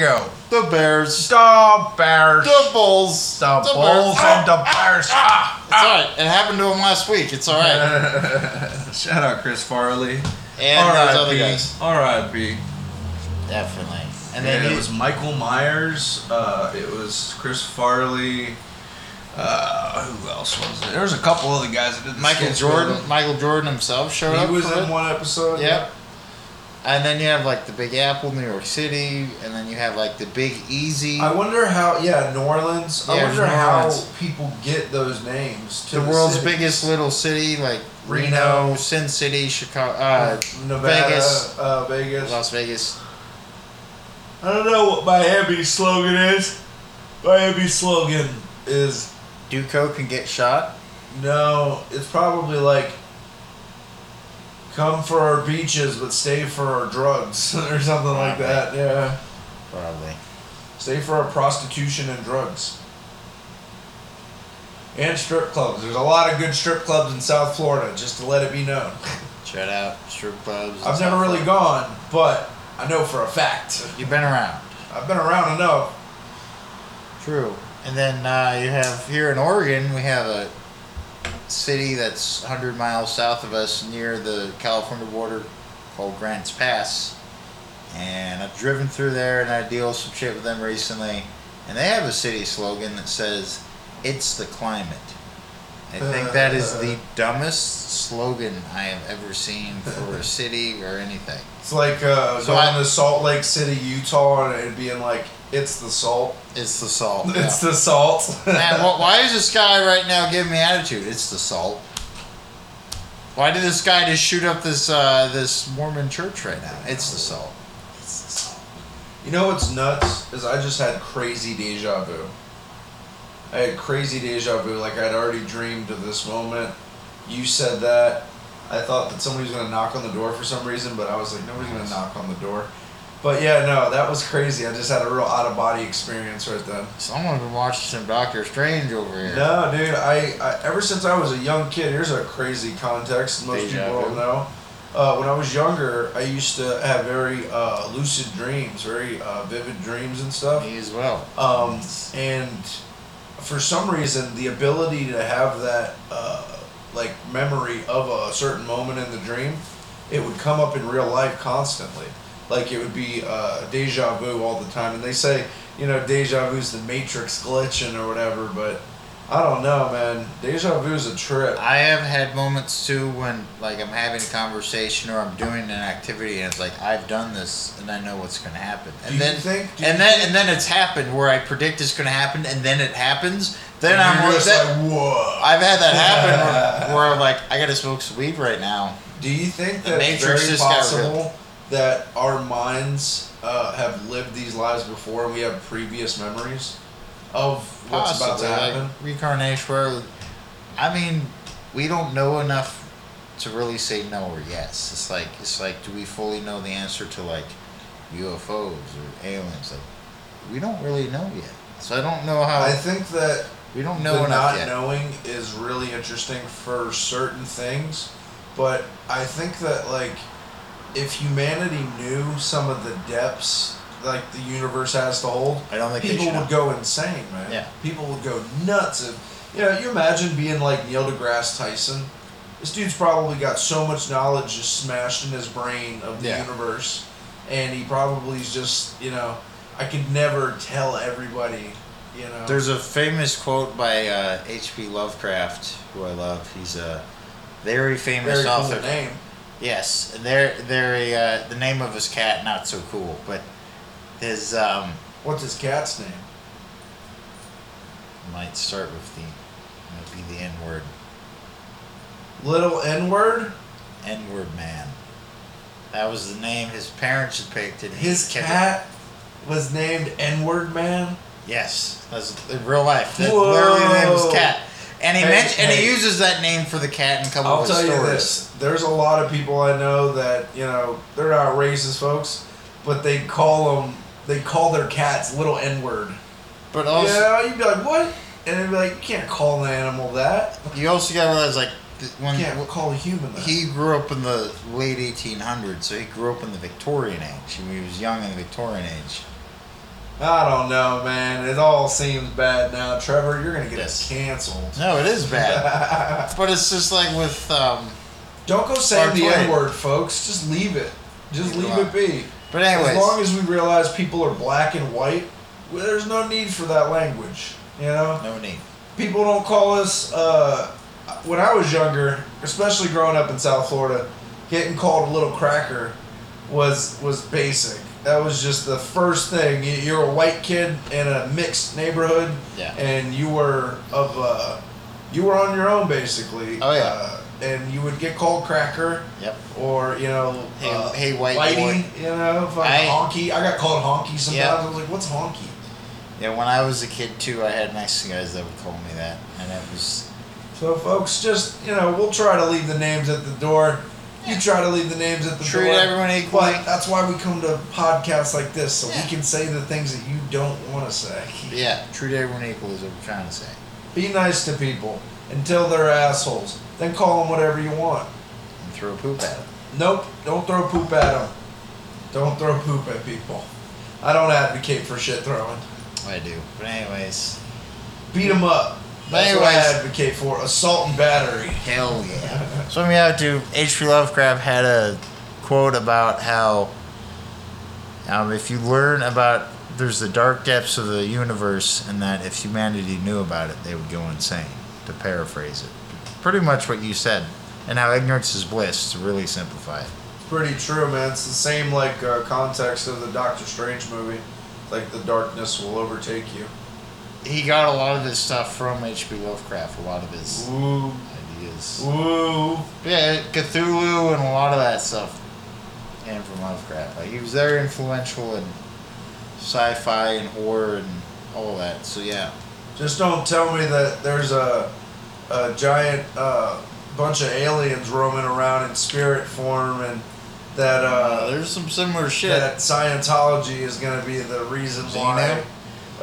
Chicago. The Bears. Stop Bears. The Bulls. The Bears. Bulls and the Bears. Ah, It's all right. It happened to them last week. It's all right. ah. [laughs] Shout out Chris Farley. And those other guys. R.I.P. Definitely. And And then it he- was Michael Myers. Uh, it was Chris Farley. Uh, who else was it? There was a couple other guys that did the Michael skits Jordan. with him. Michael Jordan himself showed up. He was for it. in one episode. Yep. And then you have like the Big Apple, New York City, and then you have like the Big Easy. I wonder how. Yeah, New Orleans. I Yeah, wonder New how Orleans. people get those names. To the world's city. biggest little city, like Reno. Reno, Sin City, Chicago, uh, Nevada, Vegas. Uh, Vegas. Las Vegas. I don't know what Miami's slogan is. Miami's slogan is Duco can get shot. no. It's probably like. Come for our beaches, but stay for our drugs, [laughs] or something like that. Yeah, Probably. stay for our prostitution and drugs. and strip clubs. There's a lot of good strip clubs in South Florida, just to let it be [laughs] known. Shout out strip clubs. I've never really gone, but I know for a fact. You've been around. I've been around enough. True. And then uh, you have here in Oregon, we have a city that's 100 miles south of us near the California border called Grants Pass. And I've driven through there and I deal some shit with them recently. And they have a city slogan that says, It's the climate. I think that is the dumbest slogan I have ever seen for a city or anything. It's like uh, So going I- to Salt Lake City, Utah, and it being like, it's the salt. It's the salt. It's the salt. Man, wh- why is this guy right now giving me attitude? It's the salt. Why did this guy just shoot up this uh, this Mormon church right now? It's the salt. You know what's nuts is I just had crazy deja vu. I had crazy deja vu, like I'd already dreamed of this moment. You said that. I thought that somebody was gonna knock on the door for some reason, but I was like, nobody's gonna knock on the door. But yeah, no, that was crazy. I just had a real out of body experience right then. Someone's been watching some Doctor Strange over here. No, dude, I, I ever since I was a young kid, here's a crazy context most Deja people don't vu. know. Uh, when I was younger, I used to have very uh, lucid dreams, very uh, vivid dreams and stuff. Me as well. Um, and for some reason, the ability to have that uh, like memory of a certain moment in the dream, it would come up in real life constantly. Like it would be uh, deja vu all the time. And they say, you know, deja vu's the matrix glitching or whatever, but I don't know, man. Deja vu's a trip. I have had moments too when like I'm having a conversation or I'm doing an activity and it's like I've done this and I know what's gonna happen. And Do you then think- do you and then think- and then it's happened where I predict it's gonna happen and then it happens. Then And I'm you're like, just that- like, whoa. I've had [laughs] that happen where, where I'm like, I gotta smoke some weed right now. Do you think The that it's Matrix very just got possible that our minds uh, have lived these lives before and we have previous memories of what's about to Possibly, like, happen? reincarnation. Where, I mean, we don't know enough to really say no or yes. It's like it's like, do we fully know the answer to like UFOs or aliens? Like, we don't really know yet. So I don't know how. I think that we don't the know enough not yet. knowing is really interesting for certain things, but I think that like if humanity knew some of the depths like the universe has to hold, I don't think they people should would go insane, man. Yeah. People would go nuts. If, you know, you imagine being like Neil deGrasse Tyson. This dude's probably got so much knowledge just smashed in his brain of the Yeah. universe, and he probably's just you know, I could never tell everybody, you know. There's a famous quote by uh, H.P. Lovecraft, who I love. He's a very famous very cool author. name. Yes, they're they're a, uh, the name of his cat not so cool, but his um What's his cat's name? might start with the might be the N word Little N word. N word man. That was the name his parents had picked, and he His kept it- cat was named N word man. Yes, that's in real life. That's Whoa. literally the name of his cat, and he Hey, mentioned and he hey. uses that name for the cat in a couple I'll of his tell stories. you this: there's a lot of people I know that you know they're not racist folks, but they call them they call their cats little n word. But You also, know, you'd be like, what? And they'd be like, you can't call an animal that. you also gotta realize like th- You when can't call a human that. Mm. He grew up in the late 1800s, so he grew up in the Victorian age. He was young in the Victorian age. I don't know, man. It all seems bad now. Trevor, you're gonna get Yes. us canceled. [laughs] No, it is bad. but it's just like with um. Don't go saying Mark the Twain. n word, folks. Just leave it. Just Leave it leave it be. But anyways, As long as we realize people are black and white, well, there's no need for that language. You know. no need. people don't call us uh, when i was younger especially growing up in south florida getting called a little cracker was was basic that was just the first thing You- you're a white kid in a mixed neighborhood Yeah. and you were of uh, you were on your own basically Oh, yeah. uh, and you would get called cracker Yep. or you know Hey- uh, hey, white whitey boy. you know fucking I- honky i got called honky sometimes Yeah. i was like what's honky Yeah, when I was a kid too, I had nice guys that would call me that, and it was So, folks, just you know, we'll try to leave the names at the door. You try to leave the names at the Treat door. everyone equally. But that's why we come to podcasts like this, so Yeah. we can say the things that you don't want to say. yeah, treat everyone equal is what I'm trying to say. Be nice to people until they're assholes. Then call them whatever you want. and throw poop at it. Nope, don't throw poop at them. Don't throw poop at people. I don't advocate for shit throwing. I do. But anyways, Beat them up. That's what I Anyways. advocate for. Assault and battery. hell yeah. so we out to H.P. Lovecraft had a quote about how um, if you learn about there's the dark depths of the universe, and that if humanity knew about it, they would go insane. To paraphrase it, pretty much what you said, and how ignorance is bliss. To really simplify it. Pretty true, man. It's the same like uh, context of the Doctor Strange movie. Like the darkness will overtake you. he got a lot of his stuff from H.P. Lovecraft, a lot of his Ooh, ideas. ooh. Yeah, Cthulhu and a lot of that stuff came from Lovecraft. Like, he was very influential in sci-fi and horror and all that. So yeah, Just don't tell me that there's a, a giant uh, bunch of aliens roaming around in spirit form and that uh, uh, there's some similar shit. that Scientology is gonna be the reason why.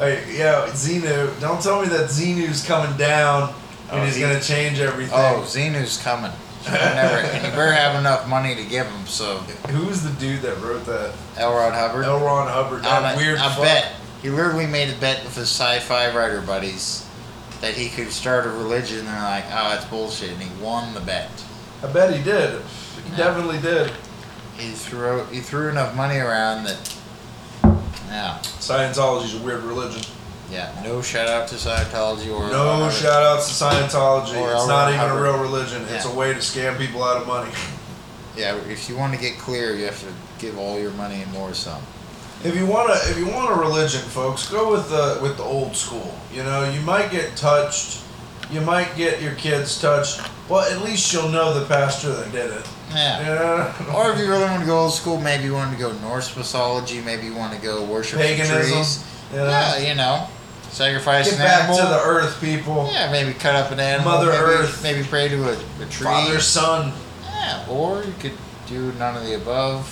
Xenu? Like, yeah, Xenu. Don't tell me that Xenu's coming down and Oh, he's he- gonna change everything. oh, Xenu's coming. You never, and you better have enough money to give him. So Who's the dude that wrote that? L. Rod Hubbard. L. Ron Hubbard. That on a, weird. a fuck. Um, bet. He literally made a bet with his sci-fi writer buddies that he could start a religion, and they're like, "Oh, that's bullshit," and he won the bet. I bet he did. He Yeah. definitely did. He threw he threw enough money around that. Yeah, Scientology's a weird religion. yeah. No shout out to Scientology or No or- shout outs to Scientology. Or it's L. not Ron even a Hubbard. real religion. It's a Yeah. way to scam people out of money. [laughs] Yeah, if you want to get clear, you have to give all your money and more some. If you wanna if you want a religion, folks, go with the with the old school. You know, you might get touched, you might get your kids touched, but at least you'll know the pastor that did it. Yeah. Yeah. [laughs] Or if you really want to go old school, maybe you want to go Norse mythology. Maybe you want to go worship the Paganism. trees. You know? Yeah, you know, sacrifice Get an back animal. to the earth people. Yeah, maybe cut up an animal. Mother maybe, Earth. Maybe pray to a, a tree. Father, son. Yeah, or you could do none of the above.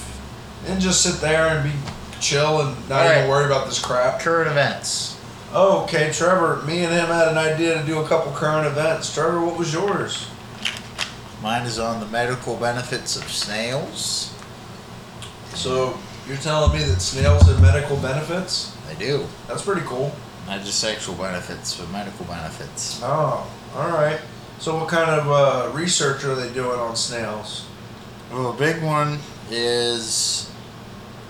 And just sit there and be chill and not even Alright. worry about this crap. Current events. Oh, okay, Trevor, me and him had an idea to do a couple current events. Trevor, what was yours? Mine is on the medical benefits of snails. So you're telling me that snails have medical benefits? They do. That's pretty cool. Not just sexual benefits, but medical benefits. Oh, all right. So what kind of uh, research are they doing on snails? Well, a big one is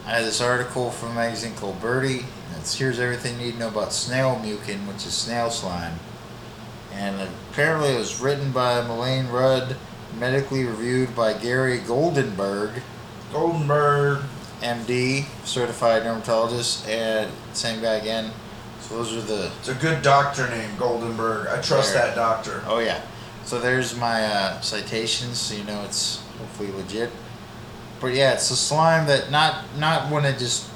I had this article from a magazine called Birdie. It's here's everything you need to know about snail mucin, which is snail slime. And apparently it was written by Melaine Rudd, medically reviewed by Gary Goldenberg. Golden bird. MD, certified dermatologist, and same guy again. So those are the. It's a good doctor name, Goldenberg. I trust There. that doctor. Oh yeah. So there's my uh, citations, so you know it's hopefully legit. But yeah, it's a slime that not not when it just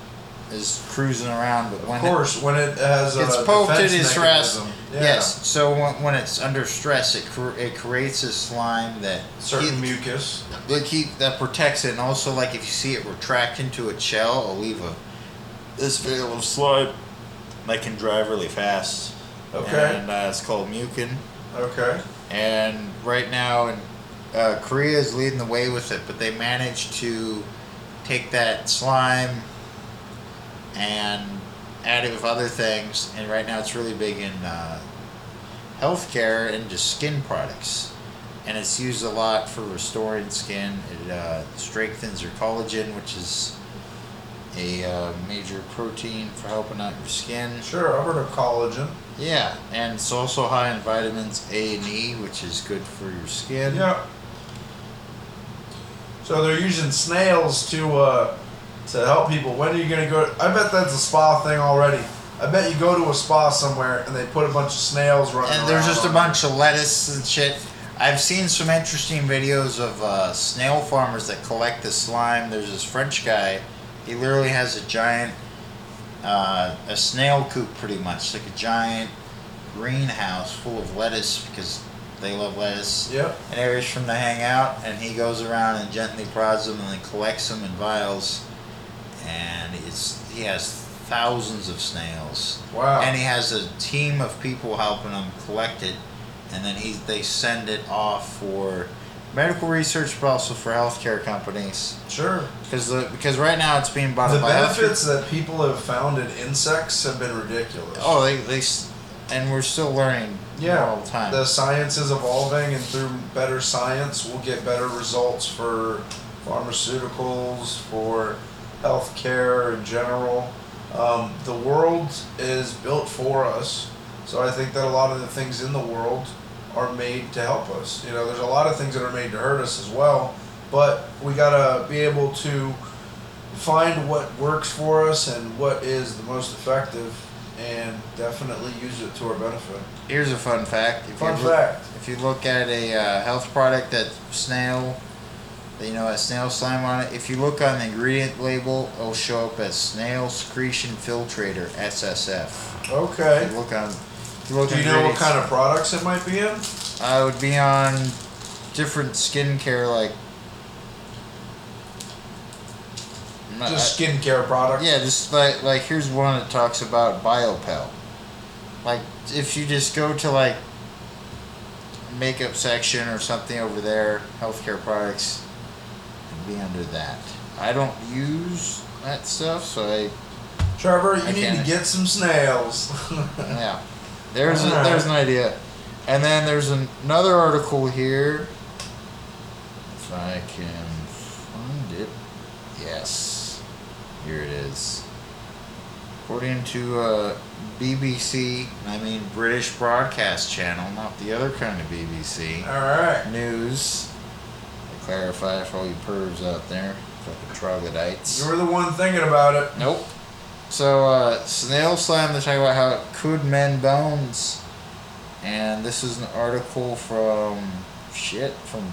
is cruising around, but when Of course, when it has it a gets poked, it defense is stressed. mechanism. Yes. So when, when it's under stress, it cr- it creates a slime that Certain keep- mucus. that keep that protects it, and also like if you see it retract into a shell, it'll leave a this veil of slime that can drive really fast. Okay. And uh, it's called Mucin. Okay. And right now, in, uh, Korea is leading the way with it, but they managed to take that slime and add it with other things. And right now, it's really big in uh, healthcare and just skin products. And it's used a lot for restoring skin. It uh, strengthens your collagen, which is a uh, major protein for helping out your skin. Sure, I've heard of collagen. Yeah, and it's also high in vitamins A and E, which is good for your skin. Yeah. So they're using snails to uh, to help people. When are you gonna go? I bet that's a spa thing already. I bet you go to a spa somewhere and they put a bunch of snails running. And there's around just a on bunch of lettuce and shit. I've seen some interesting videos of uh, snail farmers that collect the slime. There's this French guy. He literally has a giant, uh, a snail coop pretty much, like a giant greenhouse full of lettuce because they love lettuce. it. Yep. and areas for them to hang out, and he goes around and gently prods them and then collects them in vials, and it's he has thousands of snails. Wow. And he has a team of people helping him collect it, and then he they send it off for medical research, but also for healthcare companies. Sure. Because the because right now it's being bought The up by healthcare- benefits that people have found in insects have been ridiculous. Oh, they they, s- and we're still learning. yeah. all the time. The science is evolving, and through better science, we'll get better results for pharmaceuticals, for healthcare in general. Um, the world is built for us, so I think that a lot of the things in the world are made to help us. You know, there's a lot of things that are made to hurt us as well, but we gotta be able to find what works for us and what is the most effective, and definitely use it to our benefit. Here's a fun fact. If Fun you look- fact. If you look at a uh, health product that snail, that, you know, has snail slime on it, if you look on the ingredient label, it'll show up as snail secretion filtrator (SSF). If Okay. you look on. If you look Do you know what kind of products it might be in? of? I would be on different skincare like. I'm not- Just skincare products. Yeah, just like like here's one that talks about biopel. Like if you just go to like makeup section or something over there, healthcare products, it'd be under that. I don't use that stuff, so I Trevor, you I need to can't- get some snails. [laughs] yeah. There's Alright. there's an idea, and then there's an, another article here. If I can find it, yes, here it is. According to uh, BBC, I mean British Broadcast Channel, not the other kind of BBC All right. news. To clarify for all you pervs out there, fucking troglodytes. You were the one thinking about it. Nope. So uh, snail slime. They're talking about how it could mend bones, and this is an article from shit from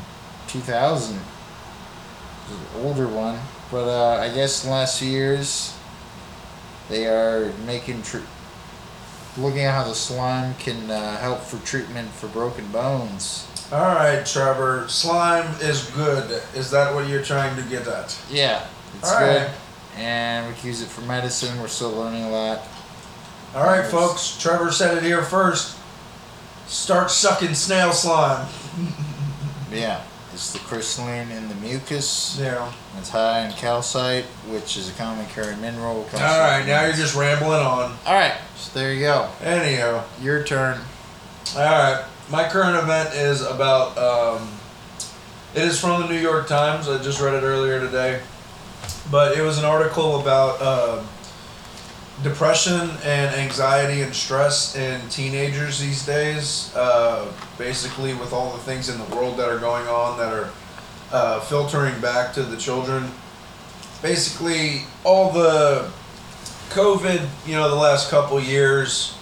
2000. This is an older one, but uh, I guess in the last few years they are making tr- looking at how the slime can uh, help for treatment for broken bones. All right, Trevor. Slime is good. Is that what you're trying to get at? Yeah, it's All good, right. and we can use it for medicine. We're still learning a lot. All right, Yes. folks. Trevor said it here first. Start sucking snail slime. Yeah, it's the crystalline in the mucus. Yeah. It's high in calcite, which is a common current mineral. All right. Now you're just rambling on. All right, so there you go. Anyhow. Your turn. All right. My current event is about. Um, it is from the New York Times. I just read it earlier today, but it was an article about um depression and anxiety and stress in teenagers these days. Uh, basically, with all the things in the world that are going on that are uh, filtering back to the children. Basically, all the COVID, you know, the last couple years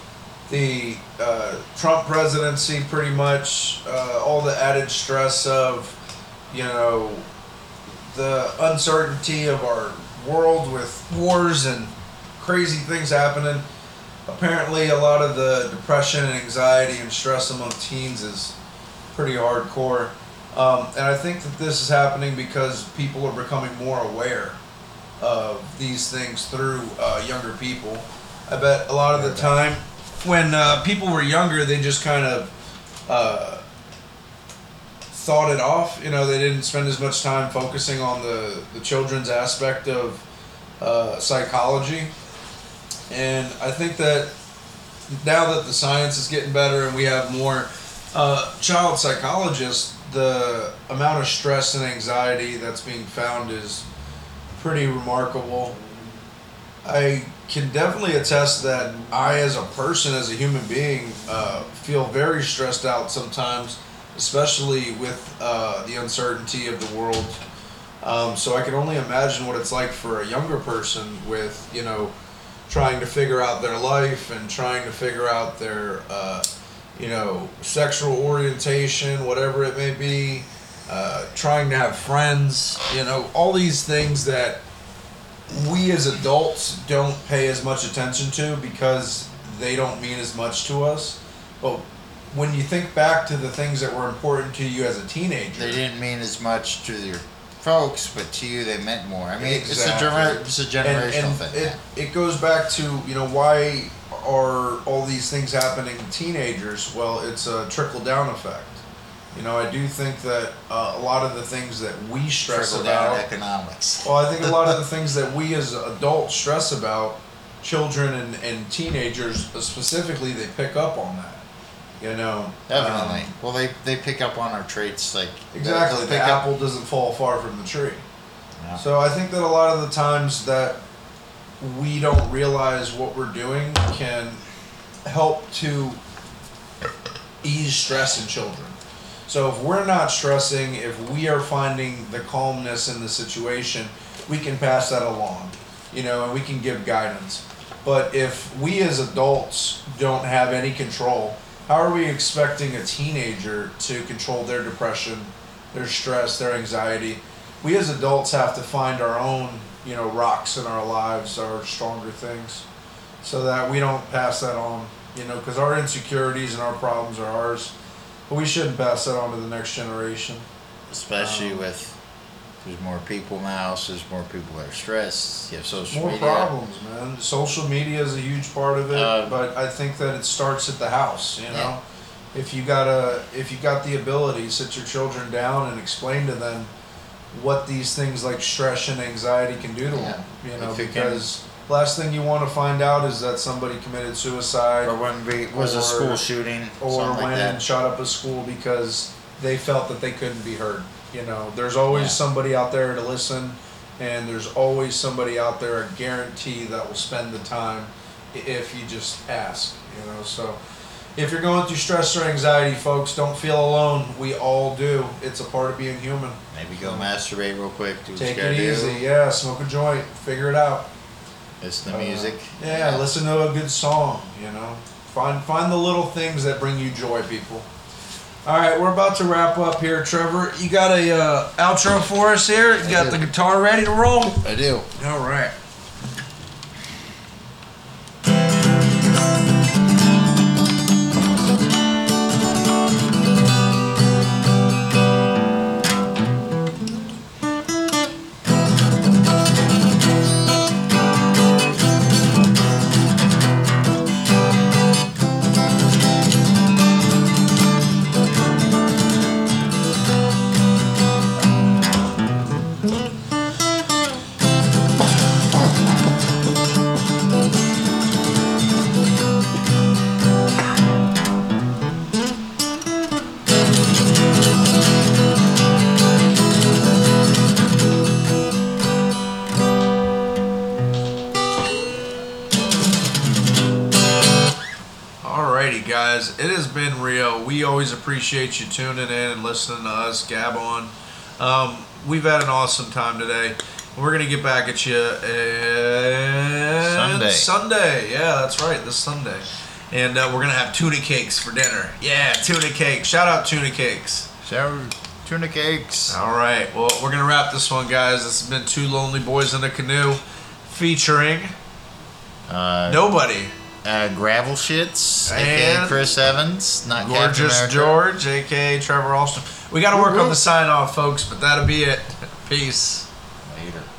the uh, Trump presidency, pretty much uh, all the added stress of, you know, the uncertainty of our world with wars and crazy things happening. Apparently, a lot of the depression and anxiety and stress among teens is pretty hardcore. Um, and I think that this is happening because people are becoming more aware of these things through uh, younger people. I bet a lot of the time when uh, people were younger, they just kind of uh, thought it off. You know, they didn't spend as much time focusing on the, the children's aspect of uh, psychology. And I think that now that the science is getting better and we have more uh, child psychologists, the amount of stress and anxiety that's being found is pretty remarkable. I can definitely attest that I, as a person, as a human being, uh, feel very stressed out sometimes, especially with uh, the uncertainty of the world. Um, so I can only imagine what it's like for a younger person with, you know, trying to figure out their life and trying to figure out their, uh, you know, sexual orientation, whatever it may be, uh, trying to have friends, you know, all these things that we as adults don't pay as much attention to because they don't mean as much to us. But when you think back to the things that were important to you as a teenager, They didn't mean as much to your folks, but to you they meant more. I mean, Exactly. it's a gener- it's a generational And, and thing. it, it goes back to you know why are all these things happening to teenagers? Well, it's a trickle down effect. You know, I do think that uh, a lot of the things that we stress Trickle about down economics. Well, I think a lot of the [laughs] things that we as adults stress about, children and, and teenagers specifically, they pick up on that. You know, Definitely. um, well, they they pick up on our traits like they'll- exactly. they'll The pick up- apple doesn't fall far from the tree. Yeah. So I think that a lot of the times that we don't realize what we're doing can help to ease stress in children. So if we're not stressing, if we are finding the calmness in the situation, we can pass that along, you know, and we can give guidance. But if we as adults don't have any control, how are we expecting a teenager to control their depression, their stress, their anxiety? We as adults have to find our own, you know, rocks in our lives, our stronger things, so that we don't pass that on, you know, because our insecurities and our problems are ours. But we shouldn't pass that on to the next generation. especially Um, with there's more people now, so there's more people that are stressed. You have social More media. problems, man. Social media is a huge part of it, Um, but I think that it starts at the house. You know, Yeah. if you got a, if you got the ability, sit your children down and explain to them what these things like stress and anxiety can do to Yeah. them. You know, If you can- because last thing you want to find out is that somebody committed suicide Or when we was a school Or- shooting, or something went like and that. shot up a school because they felt that they couldn't be heard. You know, there's always Yeah. somebody out there to listen, and there's always somebody out there, I guarantee, that will spend the time i- if you just ask. You know, so if you're going through stress or anxiety, folks, don't feel alone. We all do. It's a part of being human. Maybe go masturbate real quick. Do what Take you gotta it easy. do. Yeah, smoke a joint. Figure it out. Listen to Uh, music. Yeah, listen to a good song, you know. Find find the little things that bring you joy, people. All right, we're about to wrap up here, Trevor. You got a uh, outro for us here? You got the guitar ready to roll? I do. All right. Alrighty, guys. It has been real. We always appreciate you tuning in and listening to us gab on. Um, we've had an awesome time today. We're gonna get back at you and Sunday. Sunday, yeah, that's right. This Sunday, and uh, we're gonna have tuna cakes for dinner. Yeah, tuna cake. Shout out tuna cakes. Shower tuna cakes. All right. Well, we're gonna wrap this one, guys. This has been two lonely boys in a canoe, featuring Uh, nobody. uh, gravel shits, aka And- Chris Evans, not Gorgeous Captain George, aka Trevor Alston. We got to work on the sign off, folks, but that'll be it. Peace. George. Later.